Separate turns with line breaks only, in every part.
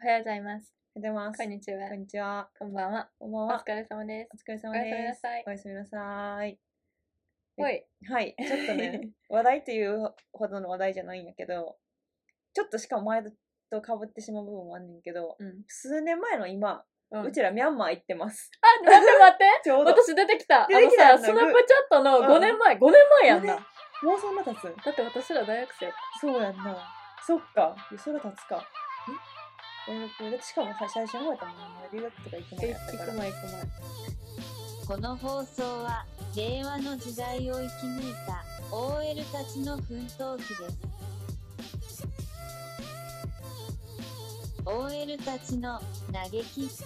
はようございます。
おはようございます。
こんにちは。
こんにちは。
こんばんは。
こんばん
お
は
疲。れ様です
お。疲れ様
おやすみ
で
な
す。
さい
お。やすみなさい。
おい。
はい。 ちょっとね、話題というほどの話題じゃないんやけど、ちょっとしかも前と被ってしまう部分もあんねんけど、
うん。
数年前の今、
うん、あ、
う
待って
ちらミャンマー行ってます。
待って。
ちょうど。
私出てきた。あ
出て
の
きた
さ、
んだ
スナップチャットの
うん
5年前、5年前やんな。
ごめんもうそんな経つ
だって私ら大学生。
そうやんな。そっか。いやそら経つか。え大学だってしかもさ最初の方やったもんね。留学とか行く前やったから。
前行く前。
この放送は令和の時代を生き抜いた OL たちの奮闘記です OL たちの嘆き室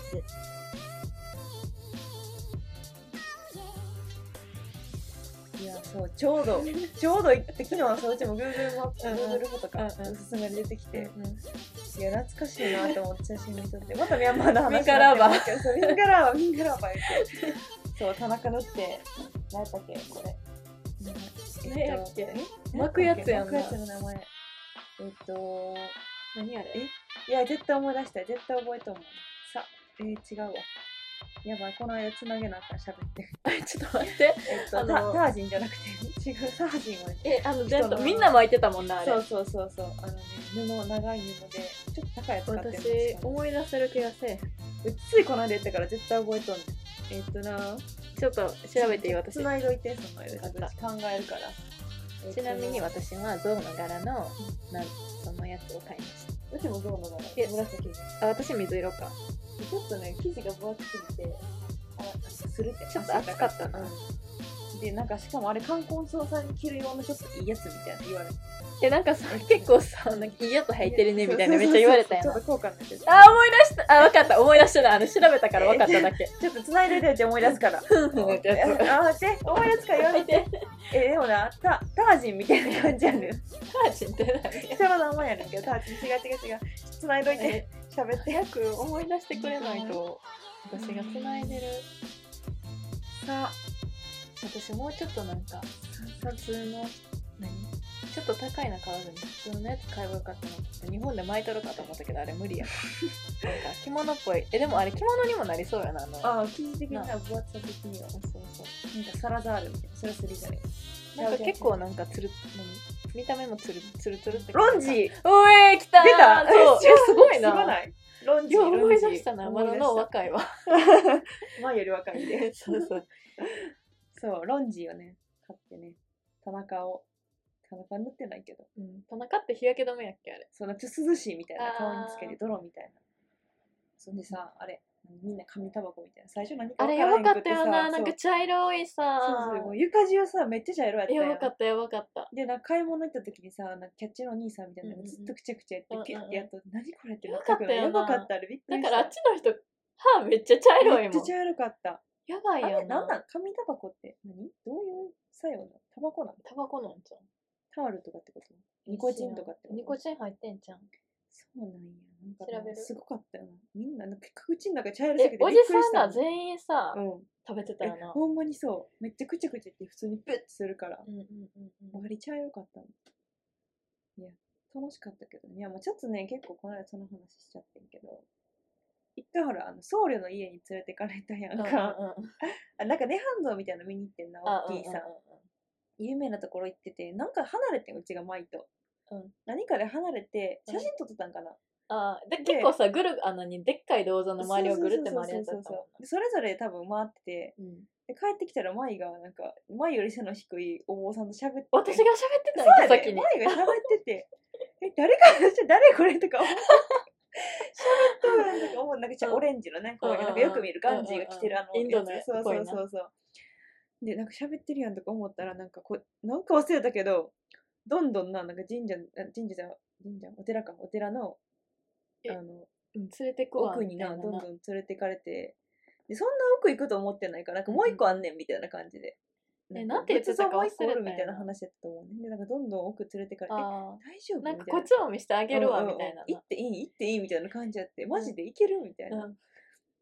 いや、そう、ちょうど、ちょうど行って、昨日はそううちも Google マップ、
うんうん
Google フォトか、お
うんうん
すすめで出てきて、
うん
いや、懐かしいなと思って写真見とって、またミャンマーの話
ミンカラーバー
になってるけどそうミンカラーバー、ミンカラーバー言って。そう、田中のって、何やったっけ、これ。
何やっけ
えっとえ
巻くやつやんな
巻くやつの名前。えっと、
何あれ
いや、絶対思い出したい。絶対覚えと思う。さ、えー、違うわ。やばい、この間つなげなあかん、喋って。
え ちょっと待って。
えっと、
あ
タ
の
タージンじゃなくて、違う、タージンはね
え、あの、ジ
人
ェン
の
ト、みんな巻いてたもんな、あれ
そう。そうそうそうあのね布長い布でちょっと高いやつ買ってるんです
私
よ、
思い出せる気がせえ。
うついこの間やったから絶対覚えとんねん
えっとな、ちょっと調べていい私。
つないどいてその間
わかった
私考えるからえっと
ちなみに私は象の柄の、なんそのやつを買いまし
うちもどうなの
え
紫で
た。あ、私水色か。
ちょっとね生地が分厚すぎてあなんかするって
ちょっと厚かったな
うんでなんかしかもあれ冠婚葬祭に着る用のちょっといいやつみたいな言われて
え、なんかさ、結構さ、なんかいいやつ履いてるね、みたいなめっちゃ言われたやん。
ちょ
あ
っと高価になってて
ー、思い出した。あ、わかった。思い出したな。あの、調べたからわかっただ け。
ちょっとつないどいてって思い出すから
ふんふんってやつ。
あ待って思い出すから言われ
履い
て
て。
えでもなタタージンみたいな感じやねん
ハーチンって何
人の名前やねんけどタージン違う違う違うつないどいて
え
喋って
早く思い出してくれないと、私が繋いでる。
さ
私もうちょっとなんか、普通の、何ちょっと高いの買わずに普通のやつ買えばよかったなって日本で巻いとるかと思ったけどあれ無理やなんか着物っぽいえでもあれ着物にもなりそうやなあの
あ生地的には分厚さ的には
そうそう
なんかサラダールみたいなそれすりじゃね
なんか結構なんかつる何見た目もつるつるつるって
ロンジー出
おえ来たー
た
そう
え
えすごい
すご
な
ないロンジー
よう思い
ロン
出
ジー
したな
思
ま
い
だ
出
の
した
若いわ
前より若いん で
そうそう
そうロンジーをね買ってね田中を田中塗ってないけど
うん田中って日焼け止めやっけあれ
そうなんかちょっと涼しいみたいな
あー
顔につけて泥みたいなそんでさあれみんな紙タバコみたいな最初何か
あ
分
れ
か
や
ら
ば
ん
か
く
ったよな
さ
なん
そ
か
う
茶色いさ
そうそうもう床中さめっちゃ茶色やった
や
やん
ばかったやばかった
でなんか買い物行った時にさなんかキャッチのお兄さんみたいなのがずっとくちゃくちゃやって
うんうんうん
ピュッてやっと何これって
や
な
ば
っ
か
た
った
か
よな
らやばかったあれびっく
だ
り
か
した
らあっちの人歯めっちゃ茶色い
め
も
っちゃ
ん
茶色かった
やばい
あ
よ
れなんなん紙タバコって何どういう作用なのタバコなの
タバコなんじゃん
タオルとかってことニコチンとかってこと
ニコチン入ってんじゃん
そうなんやなんか
調べる
すごかったよなみんななんか口の中茶色す
え
ぎてびっ
お
く
じ
りした
さんら
員
全員さ、
うん
食べてた
え
よな
ほんまにそうめっちゃくちゃくちゃって普通にプッてするから
うんうんうんうん
割り茶色かったのいや楽しかったけどねいやもうちょっとね結構この間その話しちゃってんけど一回ほらあの僧侶の家に連れてかれたやんか、
うんうんうん
あなんか涅槃像みたいなの見に行ってんな
あ
大きいさ、有名なところ行っててなんか離れてんうちが前と、
うん
何かで離れて
うん
写真撮ってたんかな、
あーで
で
結構さぐるあのにでっかい銅像の
そう
周りをぐるって
そう
回るやつ
そ
だ
う
った
そう
もん
そうでそれぞれ多分回ってて
なうん
で帰ってきたら舞がなんか舞より背の低いお坊さんと喋ってて
私が喋ってた
そ
の
うや
先
で、
に
前が喋ってて、え、誰か、誰これとか思って、喋っとるとか思う、なんかち
う
ょ
ん
オレンジのね、こういう
うんうんうん
なんかよく見るガンジーが着てるあの、
うんうんうんインドの
やつそうそ
こういう
う
な
そうそう。で、なんか喋ってるやんとか思ったら、なんかこう、なんか忘れたけど、どんどんな、なんか神社、あ神社じゃ、神社、お寺か、お寺の、
え
あの、
うん連れてくわ
奥にな、どんどん
みたい
連れてかれて、で、そんな奥行くと思ってないから、なんかもう一個あんねんみたいな感じで。
え
か
なんて言ってたか忘れた
仏像
よな
もう一個おるみたいな話やったと思うね。で、なんかどんどん奥連れてかれて、
あ
大丈
ー
夫
なん
み
か
たい
こっちも見してあげるわみたいな
行っていい行っていいみたいな感じやってマジで行けるみたいな、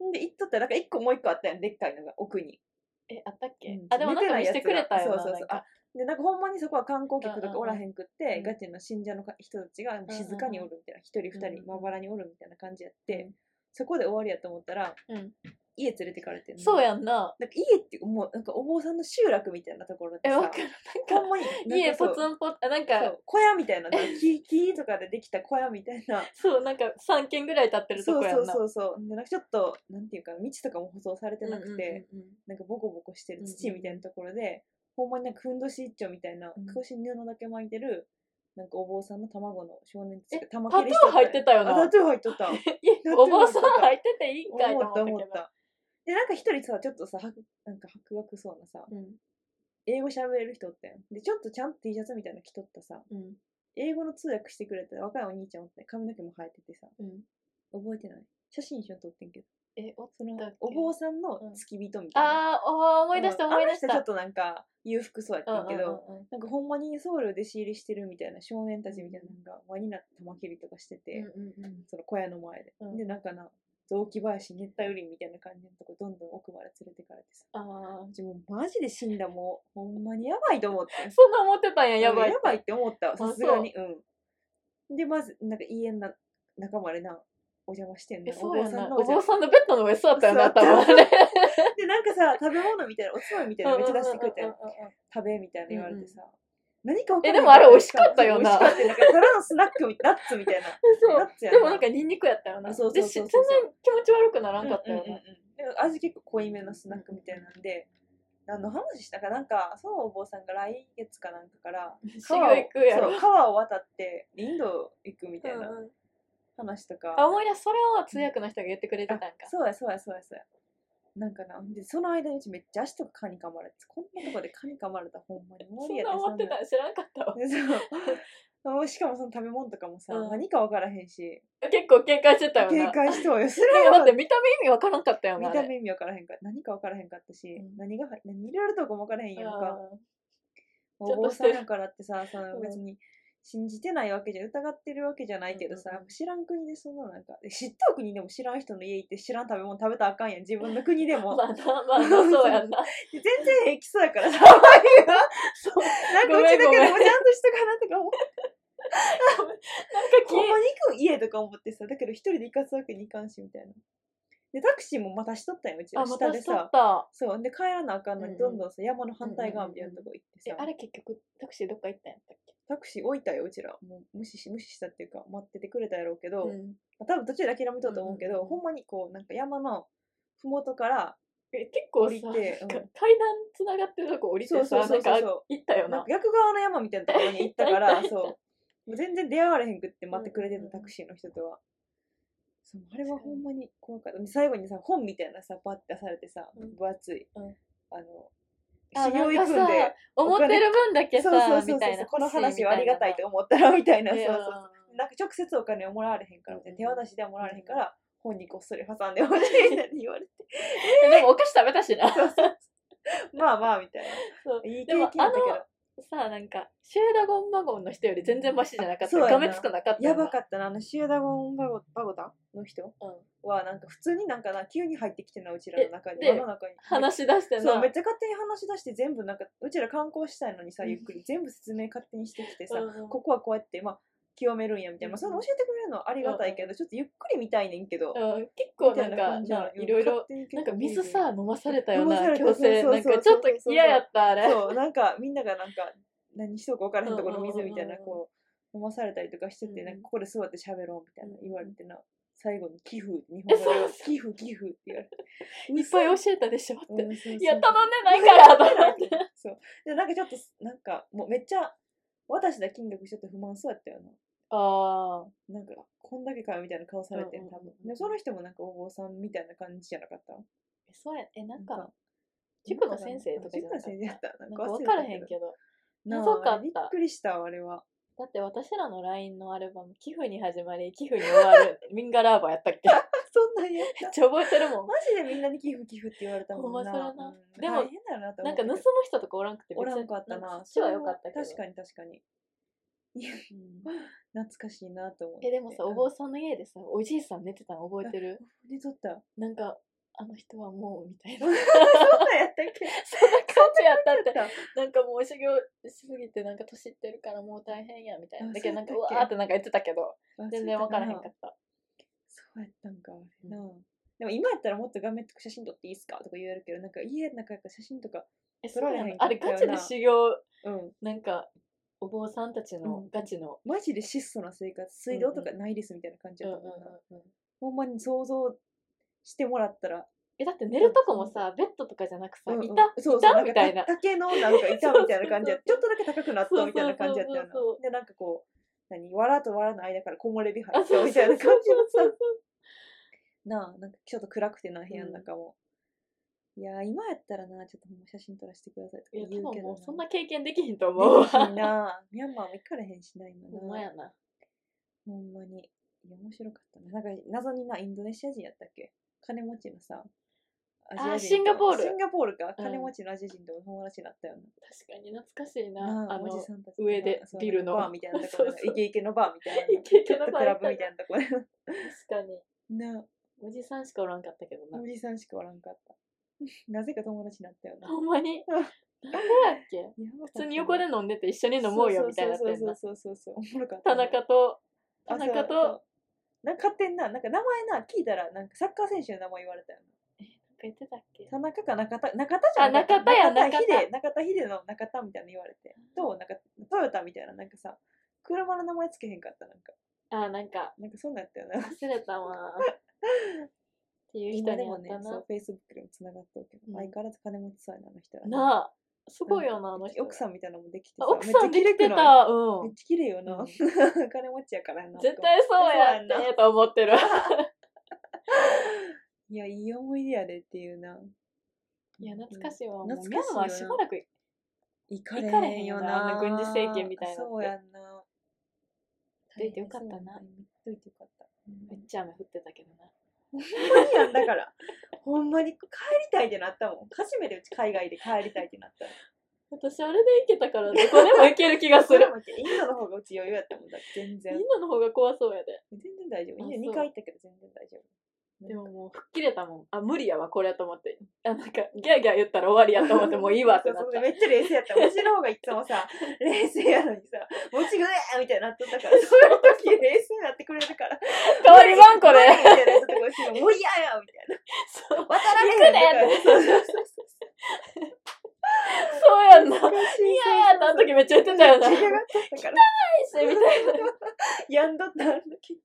うん
で行っとったらなんか一個もう一個あったやんでっかいのが奥に
え、あったっけ、
うん
あ、でもなんか見せてくれたよな。
そうそう
な
そう
んか
でなんかほんまにそこは観光
う
客と
んうん
か
うん
おらへんくって、
うん
ガチの信者のか人たちが静かにおるみたいな一、人
うん
二
うん
人まばらにおるみたいな感じやって、
うん
そこで終わりやと思ったら
うん
家連れてかれてんの
そうやんな。
なんか家っていうかもうなんかお坊さんの集落みたいなところで
え、
さ
わかる。なん
ほ
か
ん、まに
家ポ
なんか
ツ
そう
ンポツン、あなん
そ
か、
う小屋みたいななんか木木とかでできた小屋みた いな
そう、なんか3軒ぐらい立ってるとこ
そう
や
そ
ん
う
な。
そうそうでなんかちょっとなんていうか道とかも舗装されてなくて、
うんうんうんうん
なんかボコボコしてる土みたいなところで、ほんまになんかふんどし一丁みたいな、
うん
腰に布だけ巻いてる、なんかお坊さんの卵の少年たち
え
が玉
タ
切
ト
りしと
ゥー入ってたよな
あタトゥー入っとっ た。
いやお坊さん入ってていいんかいと
思った
思
思
っ
った
けど。
た。で、なんか一人さ、ちょっとさ、はくなんか白学そうなさ、
うん
英語喋れる人おったやん。で、ちょっとちゃんと T シャツみたいなの着とったさ、
うん
英語の通訳してくれた若いお兄ちゃんおって、髪の毛も生えててさ、
うん
覚えてない写真一緒に撮ってんけど、
え、お
その
だっけ
お坊さんの付き人みたいな。
あーあー、思い出した
うん
思い出し
あの人ち
た。
ょっとなんか裕福そうやったけど、
うんうんうんうん
なんかほんまにソウルで仕入りしてるみたいな少年たちみたいなのが輪になって玉切りとかしてて、
うんうんうん
その小屋の前で、
うん
でなんかな雑木林熱帯雨林みたいな感じのとこどんどん奥まで連れてかれてさ
ああ。
うちもうマジで死んだもうほんまにやばいと思って
そんな思ってたんや、やばい。
やばいっ。て思ったわ
あ
さすがにうんでまずなんか家のな中までなお邪魔してん
え、
の
そうやんな。お
お
坊
坊
さ
さん
んのベッドの上座ったよな、
座った
頭ね。
でなんかさ食べ物みたいなおつまみみたいなのめっちゃ出してくれて
うんうん
食べみたいな言われてさ、何かわ
えでもあれ美味しかったよな
美味しかったなんかただのスナックみナッツみたいな
うんうん
ナッ
そう。
ツや
で
な
もなんかニンニクやったよな。
あそうそう
でし
そう
全
そ
然
う
気持ち悪くならんかったよ
うんうん
な。
うんで味結構濃いめのスナックみたいなんで、何の話したかなんかそのお坊さんが来月かなんかから
修行行くやろ
そう川を渡ってインド行くみたい
うん
な
うん
話とか、
あ、思い出す。それを通訳の人が言ってくれてたんか
あ。そうやそうやそうやそうやなんかなでその間にうちめっちゃ足とか蚊に噛まれてこんなとこで蚊に噛まれたらほんまに無
そ
理
ん
や
な思って
そんな
たん知らんかったわ。
でそうしかもその食べ物とかもさ、
うん
何か分からへんし
結構警戒してたよな。
警戒してもよそれ
え
は
だって見た目意味わからんかったよな。
見
あれ
た目意味分からへんか何か分からへんかったし、
うん
何が入何入れるとこも分からへんやんか
うん
お坊さんやからってさそ
る
の
うん
別に信じてないわけじゃ疑ってるわけじゃないけどさ、
うんうんうん
知らん国でそんななんかえ知った国でも知らん人の家行って知らん食べ物食べたらあかんやん自分の国で
ま
も
あな、まあな、そうやんな。
全然平気そう やからさなんか
そう
うちだけ
ごめん
で
ご
も
めん
ちゃんとしたかなとか 思って
なんか
ほん
消
ま
え
に行く家とか思ってさだけど一人で行かすわけにいかんしみたいなでタクシーもまたしとったんようち
あ、
ら
ま
下
た
で
しと
さ
った。
そう。で、帰らなあかんの
うんう
に、
ん
どんどんさ、山の反対側みたいなとこ行って
え
さ、、
あれ結局タクシーどっか行ったんやったっけ
タクシー置いたよ、うちら。もう無視し、無視したっていうか、待っててくれたやろうけど、
ん
まあ多分途中で諦めとうと思うけ
うん
ど、
うんうん
ほんまにこう、なんか山のふもとから、
え結構
降
さ、
りて
なん
うん
か階段つながってるとこ降りてさ、
そう
な
そ
ん
うそうそう
か行ったよ
なん
な
か。逆側の山みたいなところに行ったか
行 っ
ら、
た行った
そう。もう全然出会われへんくって待ってくれて
うんうんう
た
ん
タクシーの人とは。そうあれはほんまに怖かった。で最後にさ、本みたいなさ、バッて出されてさ
うん、
分厚い。
うん
あの、
あ
修行行く
なん
ん
かさ
で、
思ってる分だけ
そうそう
さ、
そうそ
み
う
たいな。
この話はありがたいと
思
思ったら、みたいな。そう
え
そうそう。なんか直接お金をもらわれへんから、手渡しではもらわれへんから、本にこっそり挟んでほしいみたいに言われて、
えでもお菓子食べたしな。
まあまあみたいな。
そう
いい
で
経験
も
やったけ
あ
ど
の、さ、なんか、シューダゴンバゴンの人より全然マシじゃなかった。
そうやな
画面つくなかった
や
よな。
ばかったな、あのシューダゴンバゴバゴタの人
うん
は、なんか普通になんかな、急に入ってきてな、うちらの中に、
えで
輪の中に。
話し出してな。
そうめっちゃ勝手に話し出して全部なんかうちら観光したいのに さ
うん
ゆっくり全部説明勝手にしてきてさ、
うんうん
ここはこうやってまあ清めるんやみたいな、まあ、その教えてくれるのはありがたいけど、ちょっとゆっくり見たいねんけど、
うん結構
み
な
た
いん
な
か
感じなの
な
うん
いろいろ
勝手に結構
なんか水さ飲まされたよう
飲まさ
な
れた
強制
そう
な
そ
ん
うそう
かちょっと
そうそうそう
嫌やったあれ
そう、なんかみんながなんか何しとこうからへんところの水みたいな、
うんうんうんうん
こう、飲まされたりとかしてて、
うんうん
なんかここで座って喋ろうみたいな言われてな、最後に寄付、日
え
本
そう
語で寄付、寄付って言われて。
いっぱい教えたでしょって
い
いや頼んでないからと 思っ
って。そう。で、なんかちょっと、なんかもうめっちゃ、私だ金額ちょっと不満そうやったよ
あ
な。なんか、こんだけかよみたいな顔されて
うん
ん、
うんうん
多
うん
分。で、その人もなんかお坊さんみたいな感じじゃなかった
あそうやえなん
なん
か
か
塾の先生とかじゃ
塾
なかっ
の
た
先生やった。
なんか分
忘
か
た
らへんけど
なあ
謎かった
あれびっくりしたわあれ は。
だって私らの LINE のアルバム寄付に始まり寄付に終わ るミンガラーバーやった っけめっ
そんなんやった
ちゃ覚えてるもん
マジでみんなに寄付寄付って言われたもんな。
ほんまそれな
うん
でも
大変だよなと
なん
思っ
か
た
盗む人とかおらんくて
おら
別
ん
に
かったな。
そっちは良かったけど
確かに確かに。いや
うん
懐かしいなと思って。
えでもさお坊さんの家でさおじいさん寝てたの覚えてる
寝とった。
なんかあの人はもうみたいな
そんなんやったっけ
そんな感じやった って
だっ
なんかもう修行しすぎてなんか年いってるからもう大変やみたいな
あ
だけどなんかう
そうや
わーっ
ったっけ
てなんか言ってたけど
た
全然分からへんか
忘れたな
った
そうやったんか、
うん
なあでも今やったらもっと画面とか写真撮っていいっすかとか言えるけどなんか家の中やから写真とか
え
撮
そ
ら
う
れ
な
へん
の
か
あ
った
れガ
よな
チの修行
うん
なんかお坊さんたち
う
の
ん
ガチの
マジで質素な生活水道とかないですみたいな感じ
うん
や
う
っ
ん
たもんな、
うんうん
ほんまに想像してもらったら
えだって寝るとこもさベッドとかじゃなくさ
うんうん
いた
そうそう
板
なんか
みたいな
竹のなんか板みたいな感じやち
そ
ょっとだけ高くなったみたいな感じやったよ
そうそうそうそ
なでなんかこう何藁と藁の間から木漏れ日
あ
入っ
そ
た
う
みたいな感じの
そう
さ
そうそう
なあなんかちょっと暗くてな部屋の中も、いやー今やったらなちょっとほんま写真撮らせてくださいとか
い
言
や
う
多
け
分
ど
も
な
うそんな経験できひんと思う
で
わ
きひんなミャンマーも行かれへんしな今
ほんま
な
やな
ほんまにいや面白かったななんか謎になインドネシア人やったっけ金持ちのさア
あー
と
シンガポール
シンガポールか
うん
金持ちのアジア人とお友達になったよな、
確かに懐かしいな
な
あ
あお
の
じさんたちと
上で
なそう
ビルの
なんかバーみたいなとこ
そう
ろで
そう
イケイケのバーみたいな
イケイケ
ちょ
の
っと
バー
クラブみたいなところ で
確かに
な
おじさんしかおらんかったけどな
おじさんしかおらんかった なぜか友達になったよな
ほんまに
うん
なんでやっけ
やばかった
普通に横で飲んでて一緒に飲もうよみたいになって
そうそ
ん
う
な
そうそうそうそうおもろかった
田
な
中と
あ
田中と
そうそうなんか勝手にな、なんか名前な、聞いたら、なんかサッカー選手の名前言われたよ
言ってたっけ
な。田中か中田、中田じゃん。
あ中田や
中田
中
秀、中田秀の中田みたいなの言われて。と、なんか、トヨタみたいな、なんかさ、車の名前つけへんかった、なんか。
あなんか
なんかそんなんやったよな。
忘れた わっていう人
今で
に会
も
っ
ね
た、
そ
な
う、、Facebook でもつながっておけど、
うん
相変わらず金持ちそうやな、あの人はね、
なあすごいよなあの人
奥さんみたいなのもできて
あ
さ
奥さんできて
めっ
た
ちゃ綺麗くないめ
う
っ
ん
ちゃ綺麗よ
う
な。
ん
金持ちやからな。
絶対そうやっ
そうやん
てと思ってる
いや、いい思い出やでっていうな。
いや懐か
い
しいわもうミャ
懐かしい
ンマーしば
よな
らく
行かれ
行かれへ
へん
ん
よ
よ
な
なあんな軍事政権みたいなのって
そうやんな
出てよかったな
行っといてよかった
めっちゃ雨降ってたけどな
ほんまにやんだからほんまに帰りたいってなったもん初めてうち海外で帰りたいってなったもん
私あれで行けたからどこでも行ける気がす
それ
る
もインドの方がうち余裕やったもんだって 全
み
然
んなの方が怖そうやで
全然大丈夫
あ
インド
そう
2回行ったけど全然大丈夫
でももう吹っ切れたもんあ無理やわこれやと思ってあなんかギャーギャー言ったら終わりやと思 ってもういいわってなっ
そうそ
た
うめっちゃ冷静やったうちの方がいつもさ冷静やのにさ「もちぐえ!」みたいになっとったからそういう時冷静になってくれるから
変わりまん こ
無理
れ
みたいなやつとかうちがもう嫌やみたいな
そう
渡
行くね
られへんとかそうそうそう
そうやんな
懐かしい
いやーってあの時めっちゃ言ってたよな
めっちゃ嫌がってたから
みたいな
やんどったあの時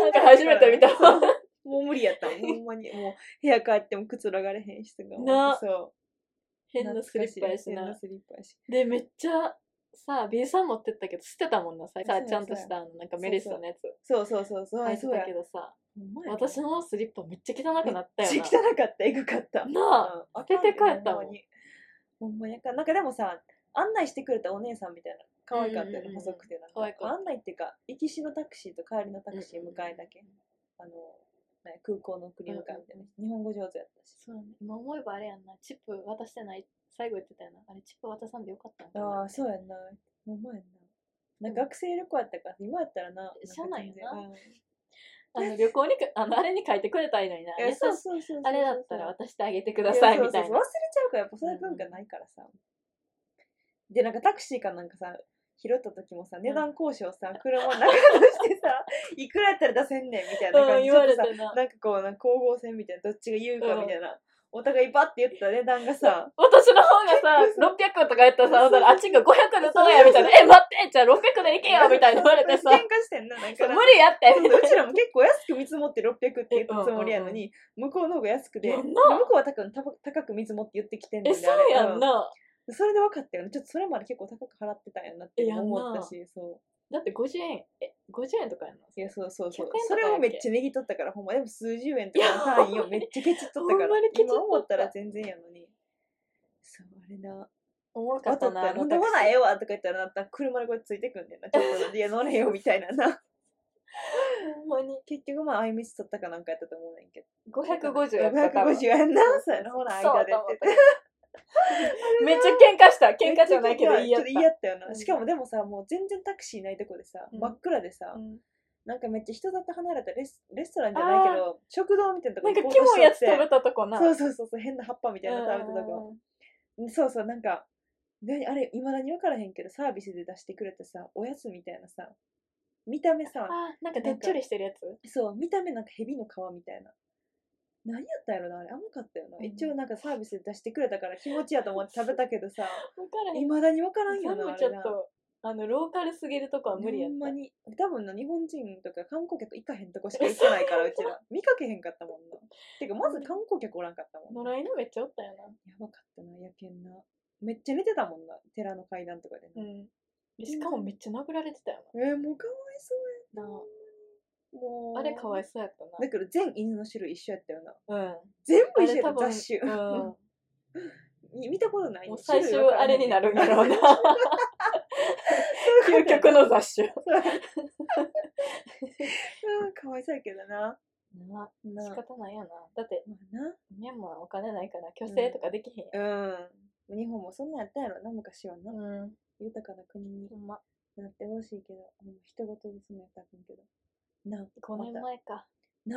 なんか初めて見たわ
もう無理やったもんほんまにもう部屋帰ってもくつろがれへんしとか
な
そう
変なスリッパやし
変な
な
スリッパやし
でめっちゃさ B さん持ってったけど捨てたもんなさ
そう
さ
や
ちゃんとしたあのなんかメリッサのやつ
そうそうそうそう
入
あ
って
そうや
たけどさ
ほんまやな
私のスリッパめっちゃ汚くなったよ
めっ
な
ちゃ汚かったえぐかった
なあ
うん
捨てて帰ったもん
ほんまにほんまやかなんかでもさ案内してくれたお姉さんみたいな可愛かっ
う
たよ
んうんう
ね
ん
細くてなん
可愛かった
案内っていうか行きしのタクシーと帰りのタクシー迎えだけあのね空港の送り迎えみたいな日本語上手やったし
そうね今思えばあれやんなチップ渡してない最後言ってたよなあれチップ渡さんでよかったんか
あ
な
あ、そうやんな。ほんまやんな。なんか学生旅行やったから、今やったらな。なんか全然
しゃあないよな
うん
あの旅行にかあのあれに書いてくれたらいいのにな
え
優し
そうそうそうそうそう。
あれだったら
いや
渡してあげてくださいみたい
そうそうそう忘
な
れちゃうから、やっぱそういう文化ないからさ。で、なんかタクシーかなんかさ、拾った時もさ、値段交渉さ、車の中として さ、いくらやったら出せんねんみたいな感
う
じ
ん言
で、
われ
ちょっとさ
てな
なんかこう、なんか光合戦みたいな、どっちが言うかみたいな。お互いバッて言った値段がさ、
私の方がさ、600とかやったらさ、ほんならあっちが500でそうや、みたいな。え、待って、じゃあ600で行けよ、みたいな言われてさ
喧、嘩してんな、なんか
そう
な
無。理やって、みた
う
いな。
ちらも結構安く見積もって600って言ったつもりやのに、向こうの方が安くて、
や
向
んな
こうは多分高高く見積もって言ってきてんね
え、
んであ
そう
れ
やんな。
うんそれで分かったよね。ちょっとそれまで結構高く払ってたんやなって思ったし、そ
だって50円、え、50円とかやんな。
う。いや、そうそうそう
100円とかやっ。け
それをめっちゃねぎ取ったから、ほんま、でも数十円とかの単位 をめっちゃケチっとったか
ほ
ら
んまに、ケチっとった
今思ったら全然やのに。そう、あれな。
おもろか
分
っ
か
た
った
な。
ら、なんでもないええわとか言ったら、なんか車でこうやってついてくんね んな。ちょっと、いや、乗れよみたいなな。
ほんまに。
結局、まあ、あいみつ取ったかなんかやったと思うねんけど。
550やった
550
めっ
円な、そうやな、ほら、間でって言って。
ちゃ喧嘩した。喧嘩じゃないけど言
め
い
っち
合
ゃ
っ
言い合ったよ
う
な。
ん
しかもでもさ、もう全然タクシーないとこでさ、
うん
真っ暗でさ
た。う、ん
なんかめっちゃ人だって離れたレスレストランじゃないけど食堂みたいなとこ
なん
に
か
行こう
キモいや
とし
つ
とって
食べたとこな
そううそうそうそう変な葉っぱみたいなの食べたとこ、
ん
そうそうなんか何あれいまだに分からへんけどサービスで出してくれたさおやつみたいなさ見た目さ
あなんかでっちょりしてるやつ
そう見た目なんか蛇の皮みたいな何やったやろなあれ甘かったよな、
うん
一応なんかサービスで出してくれたから気持ちやと思って食べたけど さ
分からへん
いまだに分からんよ
それ
な
も
あ
ちょ
れ
っ
な
とあのローカルすぎるとこは無理やっ
ほん
た
まに多分な日本人とか観光客行かへんとこしか行ってないか らうちら見かけへんかったもんなてかまず観光客おらんかったもんな
野良犬めっちゃおったよ
やばかったな、野犬な。めっちゃ寝てたもんな、寺の階段とかで
な
な。
うんしかもめっちゃ殴られてたよ
えーもうかわいそ
なな
うや。もう。
ああれかわいそうやった
だけど全犬の種類一緒やったよな。
なうん
全部
あ
一緒
れ
や
多
った、
分
雑種。
うん
み見たことない、
もう最終あれになるん
だ
や ろうな。究極の雑種。
うん、かわいそうやけどな。
な
な
仕方ないよな。だって、
まあ
ミャンマーお金ないから、虚勢とかできへんや
な。うん。日本もそんなんやったやろな、昔はな。
ん。うん。
豊かな国に
ほんま。
なってほしいけど、うん、人事ですね、多分けど。なあ、
5年前か。
また。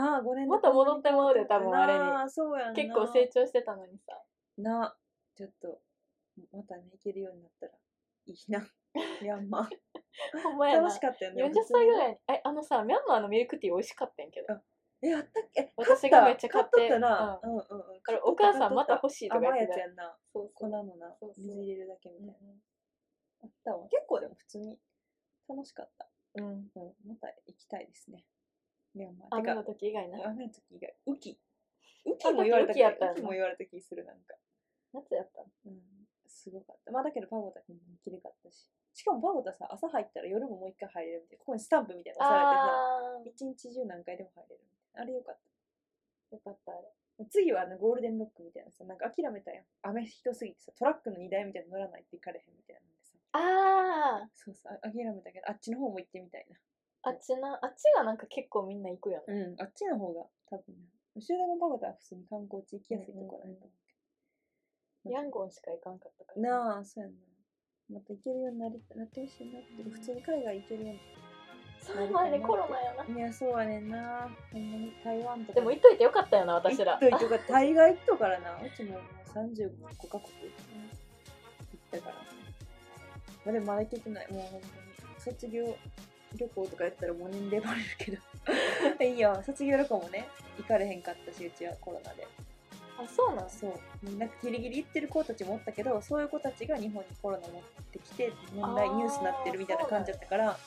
なあ、5年
また戻ってまうで、多分あれに。
なあ、そうやんな。
結構成長してたのにさ。
な、ちょっと、またね、行けるようになったらいい な。ミャンマー。
ほんまやな。
楽
40
しかったよね。
歳ぐ
い。
らいに。え、あのさ、ミャンマーのミルクティー美味しかったんやけど。
あえ、やったっけ買
私がめっちゃ買って
買っとったな。うんうんうん。
だから
買っと
お
った
母さんまた
買っとっ
欲しい
た
とか
甘い
言って
やつ
た
や。んな。
そうそ
粉
う。
のな
そう、そう
水入れるだけみ
う
たい
ん
な。あったわ。結構でも普通に楽しかった。
うん。
うん。また行きたいですね。ミャンマー。て
雨の
か、
時以外な。
雨の時以外、雨季。雨季も言われた
雨季やった
気
よな
雨季も言われた気する、なんか。
夏やった。
うん。すごかった。まあだけどパゴダもきれかったし。しかもパゴダさ、朝入ったら夜ももう一回入れるみたいな。ここにスタンプみたいなの押されてさ。
あー。
一日中何回でも入れるみたいなあれよかっ
よかった、あれ。
た次はあのゴールデンロックみたいなさなんか諦めたやん雨ひどすぎてさトラックの荷台みたいに乗らないって行かれへんみたいなんでさ
あ
そうそうあ諦めたけどあっちの方も行ってみたい
あ、あっちな、あっちがなんか結構みんな行くよね。
なうんあっちの方が多分な後ろでもパゴダは普通に観光地行きやすいところだと思うけど
ヤンゴンしか行かんかったから。
なあそうやなまた行けるようになりなってほしいなって普通に海外行けるよう
そうまでコロナやな。
にいやそうやねんなほんまに台湾とか
でも行っといてよかったよな、私ら。
行っといてよかった大概行っとからな。うちももう35カ国行ったから。まあ、でもまだ行けてない。もう本当に。卒業旅行とかやったらもう年齢バレるけど。いいや、卒業旅行もね、行かれへんかったし、うちはコロナで。
あ、そうなん
そう。なんかギリギリ行ってる子たちもおったけど、そういう子たちが日本にコロナ持ってきて、問題
あー
ニュースになってるみたいな感じだったから、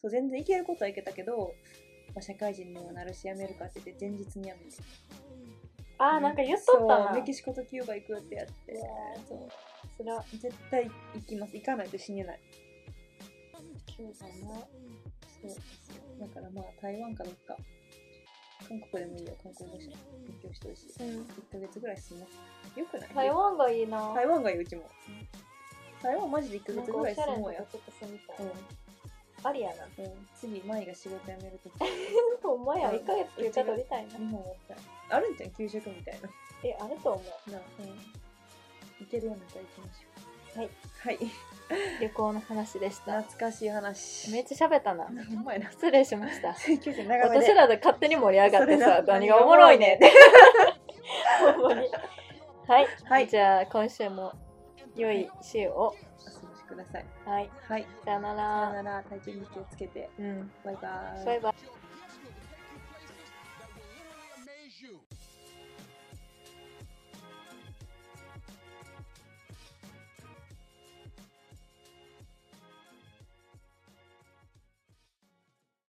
そう全然行けることは行けたけど、まあ社会人にもなるし、辞めるかって言って、前日に辞めて。
あー、なんか言っとった
そう
な。
メキシコとキューバ行くってやって
うわー
そう
それは、
絶対行きます行かないと死ねない
キューバな。
そうですよだからまあ台湾かどっか韓国でもいいよ韓国語し勉強してほしい
うん。
1ヶ月ぐらい住もうよくない
台湾がいいな。
台湾がいいうちも台湾マジで1ヶ
なん
月
か
ぐ
お
ら
し
い
ゃれ
住
な
もう
と
や
こちょっと住みた
う
い
ん、
ありやな。
うん、次舞が仕事辞めるとき
ほんまや、1ヶ月休暇取りたいな。
日本おったらあるんじゃん給食みたいな
え、あると思う。
なあ、うん、行けるようになったら行きましょう
はい
はい
旅行の話でした。
懐かしい話
めっちゃ喋ったな。
ほんまやな
失礼しました。
結局長めで
私らで勝手に盛り上がってさ
それな
何がおもろいねんってほんまにはい、
はい
じゃあ今週も良い週を
お過ごしください
はい
はい
さよな
さよ
ら
なら体験に気をつけて
うん
バイバーイ
バイバイ